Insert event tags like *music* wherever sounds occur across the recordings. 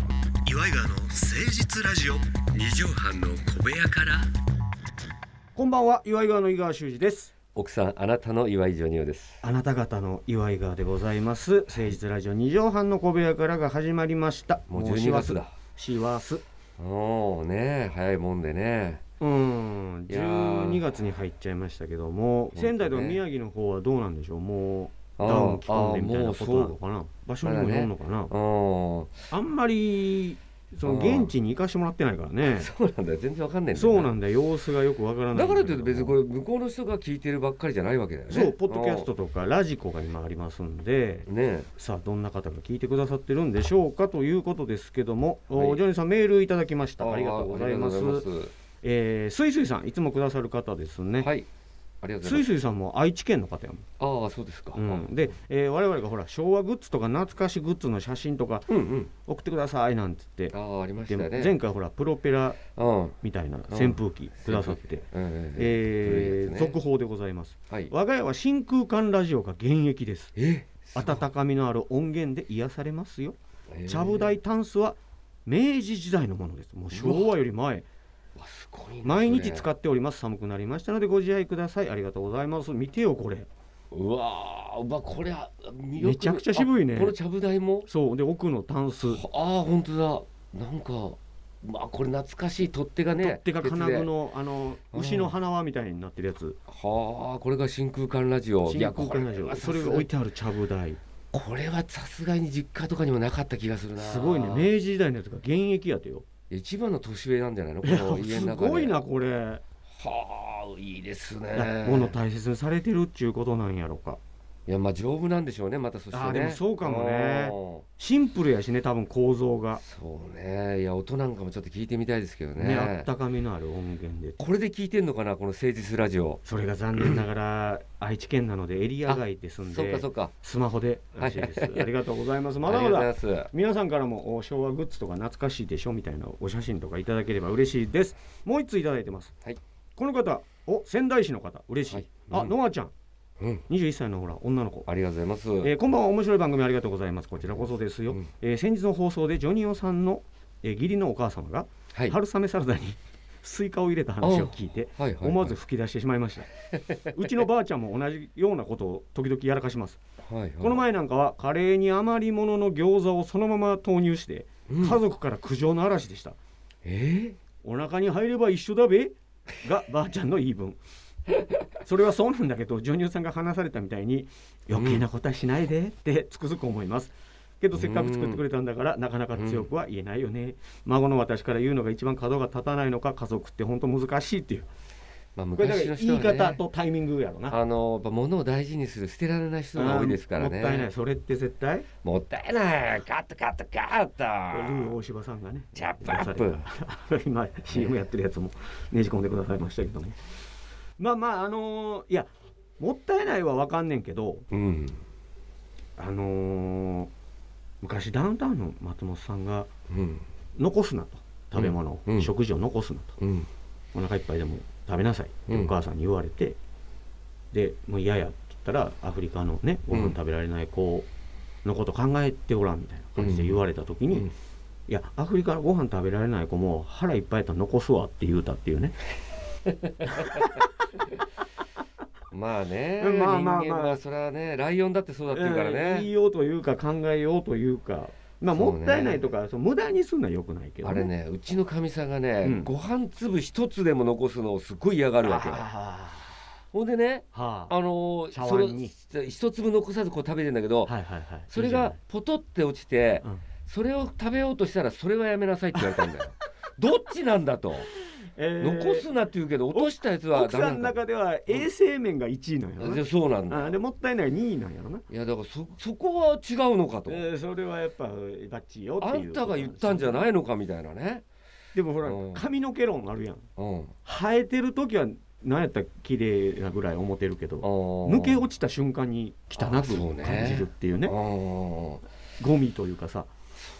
イガーの誠実ラジオ二畳半の小部屋からこんばんは岩井川の井川修司です奥さんあなたの岩井ジョニオですあなた方の岩井川でございます誠実ラジオ二畳半の小部屋からが始まりましたもう12月だ師走もうね早いもんでねうんいやー12月に入っちゃいましたけども、当ね仙台とか宮城の方はどうなんでしょうもうあーダウン着込んでみたいなことあーもうそうなのかな場所にもよるのかな、うんそあんまりそのあー現地に行かしてもらってないからねうなんだよ全然わかんないんだよそうなんだよ様子がよくわからないだんからとけどいうとも別にこれ向こうの人が聞いてるばっかりじゃないわけだよねそうポッドキャストとかラジコが今ありますんでうんねさあどんな方が聞いてくださってるんでしょうかということですけども、はおいジョニーさんメールいただきましたありがとうございまあすりがとうございまえー、スイスイさんいつもくださる方ですね、はいありがとうござスいイますスイさんも愛知県の方やもんああそうですか、うん、で、えー我々がほら昭和グッズとか懐かしグッズの写真とかうんうん送ってくださいなんて言ってああありましたでね前回ほらプロペラうんみたいな扇風機くださ *laughs* って、うんうんうんえー古いやつね続報でございますはい我が家は真空管ラジオが現役ですえ温かみのある音源で癒されますよえーちゃぶ台タンスは明治時代のものです。もう昭和より前、わすごいな毎日それ使っております。寒くなりましたのでご自愛ください。ありがとうございます。見てよこれ。うわーうわこれは魅力めちゃくちゃ渋いねあこのちゃぶ台もそうで奥のタンス、ああ本当だなんかまあこれ懐かしい取っ手がね取っ手が金具鉄でのあのうん牛の鼻輪みたいになってるやつ。はあこれが真空管ラジオ真空管ラジいオ。やそこれれがは置いてさあるちゃぶ台。すがこれはさすがに実家とかにもなかった気がするなすごいね。明治時代のやつが現役やてよ。一番の年上なんじゃないのこいや *laughs* の家すの中ですごいなこれ。はあいいですいやね物大切にされてるっちゅうことなんやろか。いやまあ丈夫なんでしょうねまたそしてねあーでもそうかもねうんシンプルやしね多分構造が。そうねいや音なんかもちょっと聞いてみたいですけどね、ねあったかみのある音源でこれで聞いてんのかなこの誠実ラジオそれが残念ながら愛知県なのでエリア外ですんそうかでそうかスマホでらしいですありがとうございますまだあまりがとだうございます皆さんからもお昭和グッズとか懐かしいでしょみたいなお写真とかいただければ嬉しいですもう一ついただいてます、はいこの方お仙台市の方嬉しい、はいあうんノアちゃんうん21歳のほら女の子ありがとうございます。えーこんばんは面白い番組ありがとうございますこちらこそですよ、うんえー先日の放送でジョニオさんの、えー義理のお母様がはい。春雨サラダに *laughs* スイカを入れた話を聞いてはいはいはい思わず吹き出してしまいました、 *laughs* うちのばあちゃんも同じようなことを時々やらかします、はいはいこの前なんかはカレーに余り物の餃子をそのまま投入してうん家族から苦情の嵐でした、えお腹に入れば一緒だべ *laughs* がばあちゃんの言い分それはそうなんだけどジョニオさんが話されたみたいに余計なことはしないでってつくづく思いますけどせっかく作ってくれたんだからなかなか強くは言えないよね孫の私から言うのが一番角が立たないのか家族って本当難しいっていうまあこれだか昔らの言人いは、ね、方とタイミングやろなあのやっぱ物を大事にする捨てられない人が多いですからうんね。もったいないそれって絶対もったいない。カットカットカルッート。大柴さんがね *laughs* チャップアップ。今 CM やってるやつもねじ込んでくださいましたけどもまあまああのーいやもったいないはわかんねんけどうん。あのー昔ダウンタウンの松本さんがうん。残すなと食べ物を、うんうん食事を残すなとうん。お腹いっぱいでも食べなさいってうんお母さんに言われて、でもう嫌やって言ったらアフリカのねごう飯ん食べられない子のこと考えておらんみたいな感じで言われた時に、うんいやアフリカのご飯食べられない子も腹いっぱいやったら残すわって言うたっていうねまあね。うんまあまあまあ人間はそれはね、ライオンだってそうだって言うからうんね。言いようというか考えようというかまあそうもねったいないとかそう、無駄にするのはよくないけどあれね、うちのかみさんがね、うんご飯粒一つでも残すのをすごい嫌がるわけよ。あほんでね、ーはああのー茶碗にその一粒残さずこう食べてんだけど、はいはいはいそいれいじゃながいポトって落ちて、うんそれを食べようとしたらそれはやめなさいって言われたん *laughs* だよどっちなんだと、えー残すなって言うけど落としたやつは奥ダさんのメなんだ中では衛生面が1位なんやろいやなそうなんだあーでもったいない2位なんやろな、いやだからそそこは違うのかと、えーそれはやっぱバッチリよっあていうんたが言ったんじゃいないのかみたいなね、でもほらうん髪の毛論あるやんうん、生えてる時は何やったら綺麗なぐらい思ってるけど抜抜け落ちた瞬間に汚あーそうくね感じるっていうてねそゴミというかさ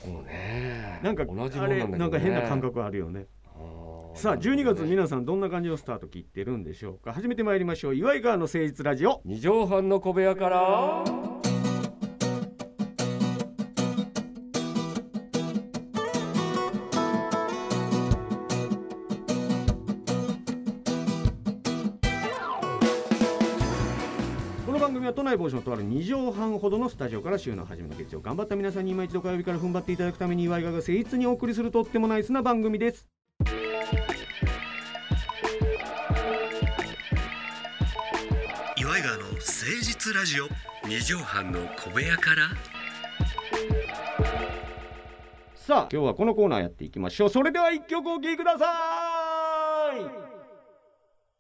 うねなんか同じもあんなんれだけど、ね、なんか変な感覚あるよねあーさあ12月なるほどね皆さんどんな感じのスタート切ってるんでしょうか始めてまいりましょう岩井川の誠実ラジオ二畳半の小部屋から組は都内某所のとある2畳半ほどのスタジオから週の初めの月曜頑張った皆さんに今一度火曜日から踏ん張っていただくために岩井川が誠実にお送りするとってもナイスな番組です岩井川の誠実ラジオ二畳半の小部屋からさあ今日はこのコーナーやっていきましょうそれでは一曲お聴きください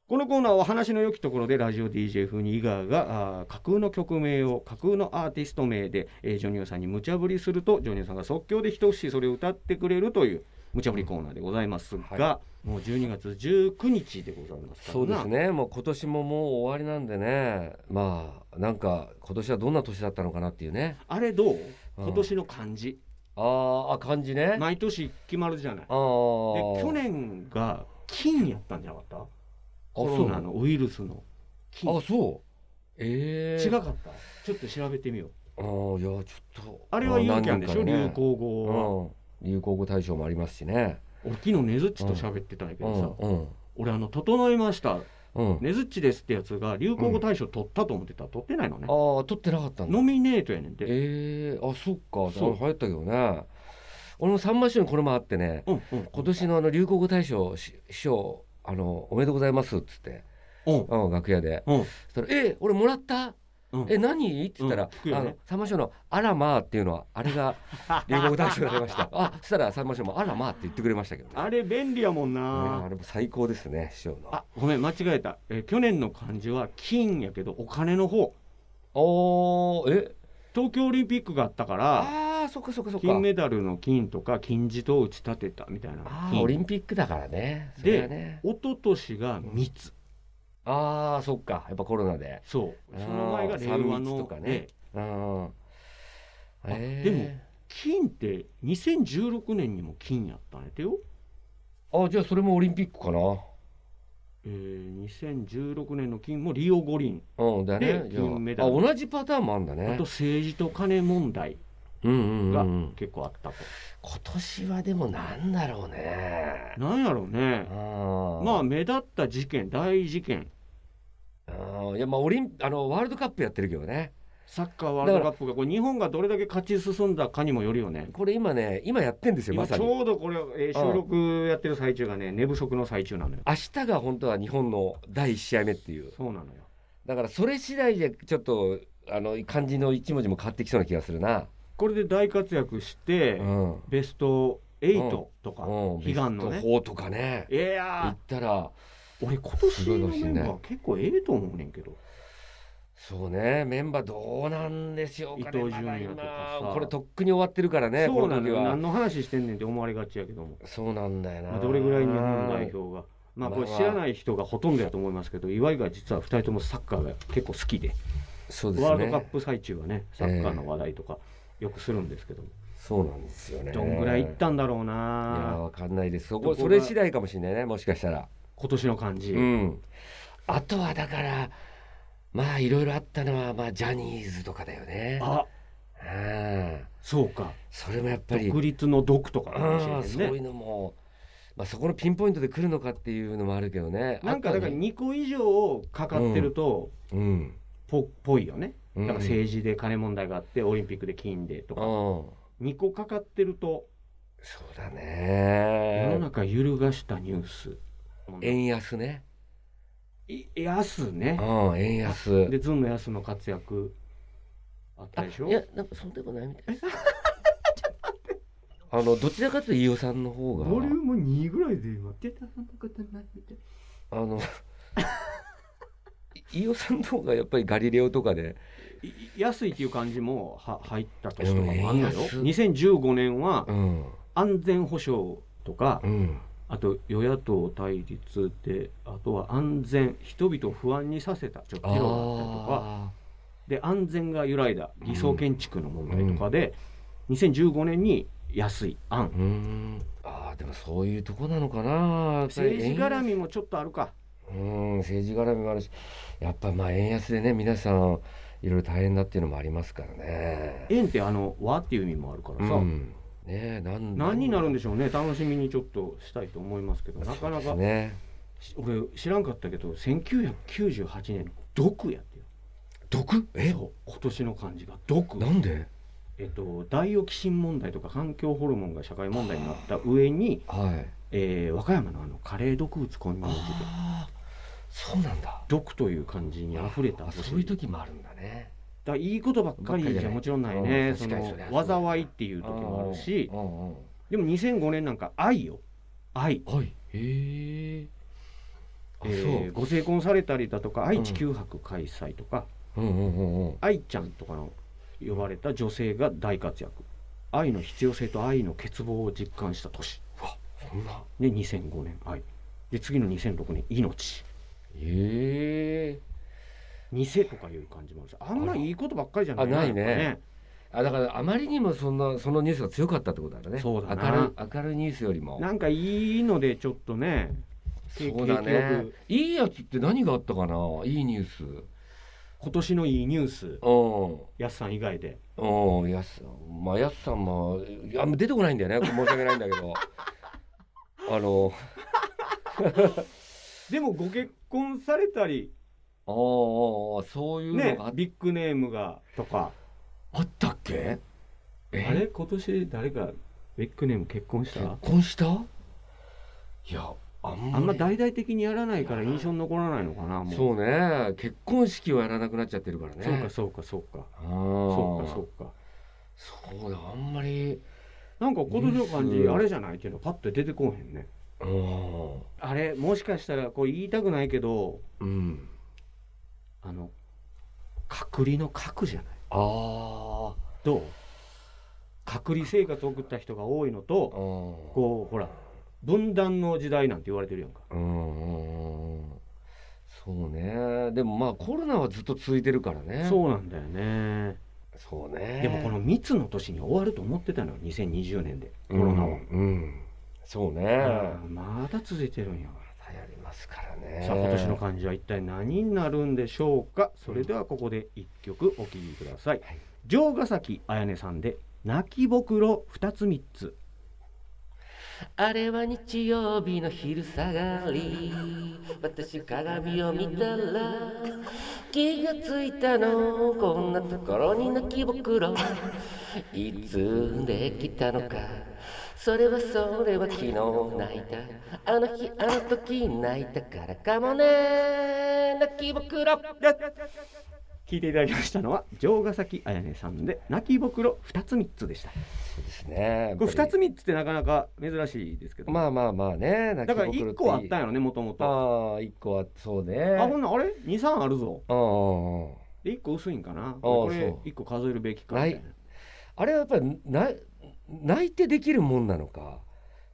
このコーナーは話の良きところでラジオ DJ 風に井川があー架空の曲名を架空のアーティスト名で、えージョニオさんに無茶ぶりするとジョニオさんが即興で一節それを歌ってくれるという無茶ぶりコーナーでございますが、はもう12月19日でございますからそうですねもう今年ももう終わりなんでねまあなんか今年はどんな年だったのかなっていうねあれどううん今年の漢字、あーあ感じねあ毎年決まるじゃないあでー去年が金やったんじゃなかったあそコロうナのウイルスの金あそうええ違かったちょっと調べてみようあーいやちょっとあれはユーキャンでしょ、何流人かね行語は、うん流行語大賞もありますしね俺昨日ねずっちと喋ってたんやけうどんさ、うん俺あの「整いましたうんねずっちです」ってやつが流行語大賞取ったと思ってたら取ってないのね、ああ取ってなかったんだノミネートやねんてええあそっかそう流行ったけどね俺もさんま師匠にこれもあってねうんうん今年のあの流行語大賞し師匠あのおめでとうございますっつって、うんうん、楽屋でうんそしたら「え俺もらったうんえ何?」って言ったら、うん聞くよあねのさんま師匠の「あらまあ」っていうのはあれ *laughs* が流行語大賞になりましたあそしたらさんま師匠も「あらまあ」って言ってくれましたけどね、あれ便利やもんうんな、あれも最高ですね師匠のあごめん間違えた、えー去年の漢字は金やけどお金の方おーえ東京オリンピックがあったからあーそっかそっかそっか金メダルの金とか金字塔を打ち立てたみたいなあー金オリンピックだからねそれはね一昨年が密ああそっかやっぱコロナでそうあーその前が令和三密のとかねでうんえで金って2016年にも金やったんやてよ、もあじゃあそれもオリンピックかなえー、2016年の金もリオ五輪、うんだねでじゃあ金メダあル同じパターンもあるんだあねと政治と金問題うんうんうんうがん結構あったと、今年はでもなんだろうねなんやろうねままあ目立った事件大事件あいやまあオリンあのワールドカップやってるけどねサッカーワールドカップがこれ日本がどれだけ勝ち進んだかにもよるよねこれ今ね今やってんですよま今さちにょうどこれ、えー収録やってる最中がね寝不足の最中なのよ明日が本当は日本の第1試合目っていうそうなのよだからそれ次第でちょっとあの漢字の一文字も変わってきそうな気がするな。これで大活躍して、うん。ベスト8とか、うん。悲願のベねスト4とかね。い行やったらー俺今年のメンバすごいかーも結構ええと思うねんけどそうねメンバーどうなんでしょうかね。伊東まだ今純也とかさこれとっくに終わってるからね。そうなのこ時よは何の話してんねんって思われがちやけども、そうなんだよな。まあ、どれぐらい日本代表がまあこれまあ知らない人がほとんどやと思いますけど岩井が実は2人ともサッカーが結構好きでそうですね。ワールドカップ最中はねサッカーの話題とかよくするんですけども、そうなんですよね。どんぐらいいったんだろういやなわかんないです。そどここがそれ次第かもしれないねもしかしたら。今年の感じ、うん。あとはだからまあいろいろあったのはまあジャニーズとかだよね。あうんそうかそれもやっぱり、独立の毒とかかもしれへああんそうねいうのも、まあ、そこのピンポイントで来るのかっていうのもあるけどね。なんかだからあとはね2個以上かかってると、うん、ぽぽいよねうだんから政治で金問題があってオリンピックで金でとうんか、2個かかってるとそうだ世のね。中揺るがしたニュース、円安ね。い安ねうん、円安。でズンの安の活躍あったでしょいや、なんかそんでもないみたい *laughs* です。あのどちらかというと飯尾さんの方がム2ぐらいで言ってたそんなことないみたいあの *laughs* 飯尾さんの方がやっぱりガリレオとかで安いっていう感じもは入った年とかもあんのようん円安2015年はうん安全保障とかうんあと与野党対立であとは安全人々を不安にさせたちょっと議論だったりとかあで安全が揺らいだ偽装建築の問題とかで、2015年に安い案ーうんあーでもそういうとこなのかな政治絡みみもちょっとあるかうん政治絡みもあるしやっぱまあ円安でね皆さんいろいろ大変だっていうのもありますからね。円ってあの和っていう意味もあるからさ、うん、ねえなん何になるんでししょうね楽しみにちょっとしたいと思いますけどなかなか、ねし俺知らんかったけど1998年毒やってよ毒えそう今年の漢字が毒なんでえっと、ダイオキシン問題とか環境ホルモンが社会問題になった上に、はいえー和歌山のあのカレー毒物混入事件ああそうなんだ毒という感じに溢れたあ年そういう時もあるんだねだからいいことばっかりじゃもちろんないね、うんそ確かにそのりゃそうだ災いっていう時もあるしうんうんでも2005年なんか愛よ愛、はいへえあえーご成婚されたりだとか愛知九博開催とか、そううんうんうんうん愛ちゃんとかの呼ばれた女性が大活躍愛の必要性と愛の欠乏を実感した年そんなで2005年愛で次の2006年命へえ偽とかいう感じもあるしあんまいいことばっかりじゃないあないねやっあだからあまりにもそんなそのニュースが強かったってことだねそうだな明るい明るいニュースよりぱもねなんかいいのでちょっとねそうだ景気ねよくいいやつって何があったかないいニュース今年のいいニュースうんやすさん以外でうん、やす、まあ、やすさんも、あんま出てこないんだよね、申し訳ないんだけ *laughs* ど。あの、でもご結婚されたりああああ、そういうのねがあ,、ビッグネームがとかあったっけ。あえれ今年誰がビッグネーム結婚し結た婚した。いや、あんあまんまり大々的にやらないから印象に残らないのかなもうそうね、結婚式をやらなくなっちゃってるからね。そうかそうかそうかああ、そそうかそうかうだ、あんまり。なんか今年の感ニューじスあれじゃないっていうのパッと出てこうへんねうん。あれもしかしたらこれ言いたくないけどうん。あの隔離の隔じゃないああ。どう隔離生活を送った人が多いのとうん。こうほら分断の時代なんて言われてるやんかうんうんうんそうねでもまあコロナはずっと続いてるからねそうなんだよねそうねでもこの密の年に終わると思ってたのよ2020年でコうんロナは、うんそうねあーまだ続いてるんや流行りますからねさあ今年の漢字は一体何になるんでしょうかそれではここで一曲お聴きください、はい城ヶ崎彩音さんで「泣きぼくろ2つ3つあれは日曜日の昼下がり私鏡を見たら気がついたのこんなところに泣きぼくろいつできたのかそれはそれは昨日泣いたあの日あの時泣いたからかもね泣きぼくろ」聞いていただきましたのは城ヶ崎彩音さんで「泣きぼくろ2つ3つ」でしたそうですねこれ2やっつぱり3つってなかなか珍しいですけど、まあまあまあねだから1個あったんやろねもともとああ一個あそうねあほんなあれ23あるぞうんうんうんで1個薄いんかなこれそう1個数えるべきかみたいなないあれはやっぱりな泣いてできるもんなのか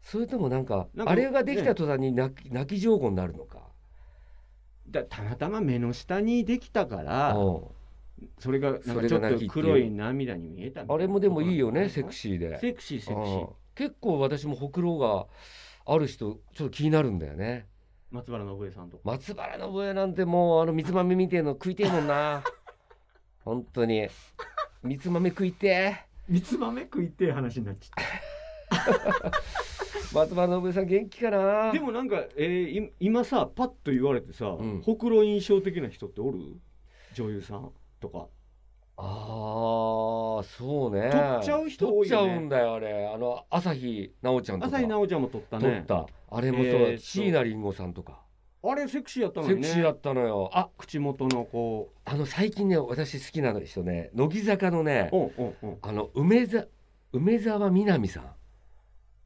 それともなんかなんかあれができた途端に泣き,、泣き上手になるのかだたまたま目の下にできたからうんそれがなんそかれちょがっ泣きってという黒い涙に見えたみたあいなれもでもいいよね、セクシーで。セクシーセクシうんー結構私もほくろがある人、ちょっと気になるんだよね。松原信枝さんとか松原信枝なんてもう、あの、みつまめみてえの食いてえも *laughs* んな。本当に。みつまめ食いてえ。三つ豆食いてえ話になっちゃっ松原信枝さん元気かたな。で、もなんか、えーい今さパッと言われてさ、んほくろ印象的な人っておる女優さんとかああ、そうね。撮っちゃう人多いよね撮っちゃうんだよ、あれ。あの、朝日奈央ちゃんとか。朝日奈央ちゃんも撮った撮ねった。あれもそうえーっだ。と椎名林檎さんとか。あれセクシーやったのセにクねシーだったのよ。あ、口元のこあの、最近ね、私好きな人ね、乃木坂のねう、うんうんうんあの梅ざ梅沢みなみさん、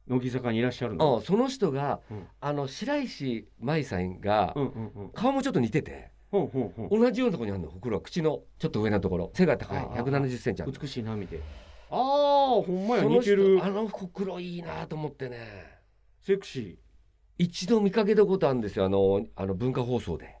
乃木坂にいらっしゃるうのん、その人が、うんあの白石麻衣さんが、うんうんうん顔もちょっと似ててほうほうほ同じようなところにあるのほくろは口のちょっと上のところ背が高いああ1 7 0ンチあるう美しいなみたいああほんまやその似てる人あのほくろいいなと思ってねセクシ一度見かけたことあるんですよあのあの文化放送で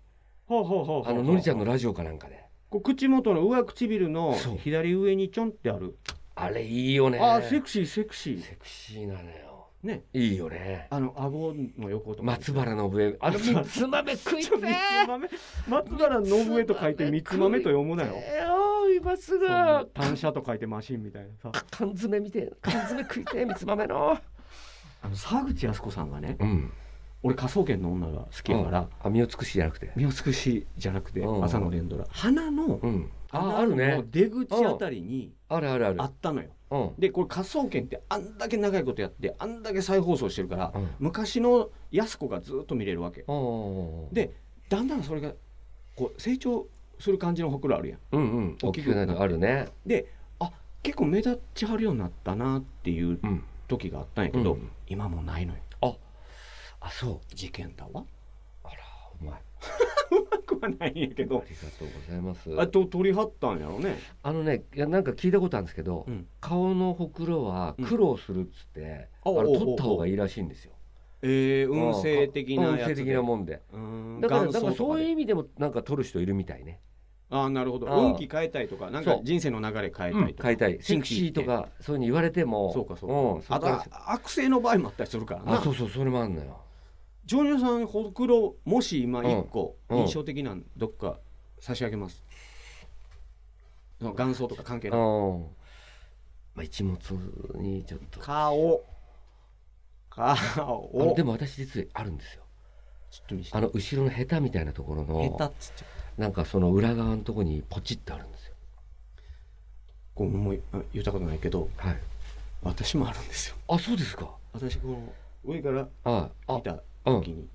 ーはあはあはあはあののりちゃんのラジオかなんかでこう口元の上唇のそう左上にちょんってあるあれいいよねああセクシーセクシーセクシーなのよねいいよねあの顎の横とか松原信枝あの三つ豆食いちてょ *laughs* 三つ豆松原信枝と書いて三つ豆と読むなよえよ今すぐそんな単車と書いてマシンみたいなさ缶詰見て缶詰食 *laughs* いて三つ豆のあの沢口靖子さんがねうん俺科捜研の女が好きやからあ身を尽くしじゃなくて美美しいじゃなくてうん朝の連ドラ花のうんああるねの出口あたりにあるあるあるあったのようんでこれ科捜研ってあんだけ長いことやってあんだけ再放送してるからうん昔の安子がずっと見れるわけおーでだんだんそれがこう成長する感じのほくろあるやんうんうん大きくなるあるね結構目立ちはるようになったなっていううん時があったんやけど、うん今もうないのよあそう事件だわあらお前あなくはないんやけどりがとうございますあと取りはったんやろねあのねいやなんか聞いたことあるんですけど、うん顔のほくろは苦労するっつって、うんあおうおれうおう取った方がいいらしいんですよえー、運勢的なや運勢つ的でなもんでうんだから元祖だとからそういうで意味でもなんか取る人いるみたいねああなるほどああ運気変えたいとかなんそかう人生の流れ変えたいとか、変えたいセ新ク規シーとかそういうふうに言われてもそうかそううん、か、そこあですと悪性の場合もあったりするからあなそうそうそれもあるのよジョニオさんほくろもし今一個うんうん印象的なのどっか差し上げます、その元祖とか関係うないんまあ一物にちょっと顔あの顔でも私実はあるんですよちょっと見せてあの後ろのヘタみたいなところ下の手っつっちゃうなんかその裏側のところにポチってあるんですよこうもうあ言ったことないけどはい私もあるんですよあそうですか私この上からああ見たうん時に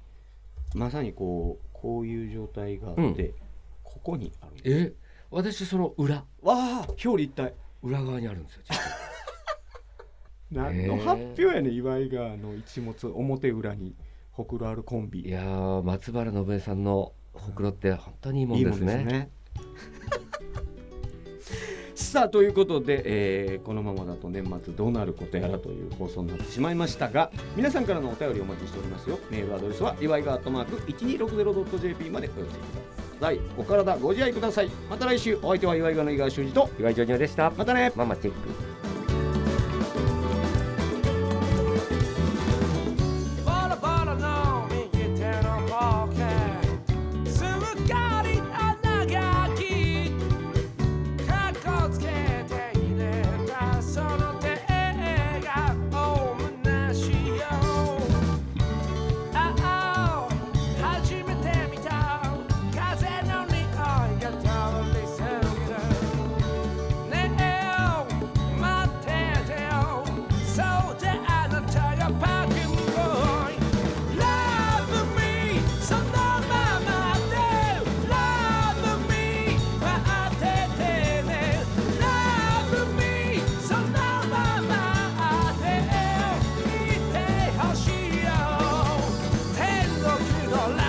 まさにこうこういう状態があって、うんここにあるんですえ私その裏わあ表裏一体裏側にあるんですよ実 *laughs* は何の発表やね岩井川の一物表裏にほくろあるコンビいやー松原信江さんのほくろって本当にいいもんいいでもんすですねね。 *laughs* さあということで、えーこのままだと年末どうなることやらという放送になってしまいましたが皆さんからのお便りお待ちしておりますよメールアドレスは祝いがアットマーク 1260.jp までお寄せくださいお体ご自愛くださいまた来週お相手は祝いがの井川修司と岩井ジョニオでしたまたねママチェックバラバラの右手のポケットすっかり穴が開きかっこつけて入れたその手がおむなしよああ初めて見た風の匂いが通り過ぎるねえ待っててよそうであなたがパーキングボーイ Love me そのままで Love me 待っててね Love me そのままでいてほしいよ天国のラ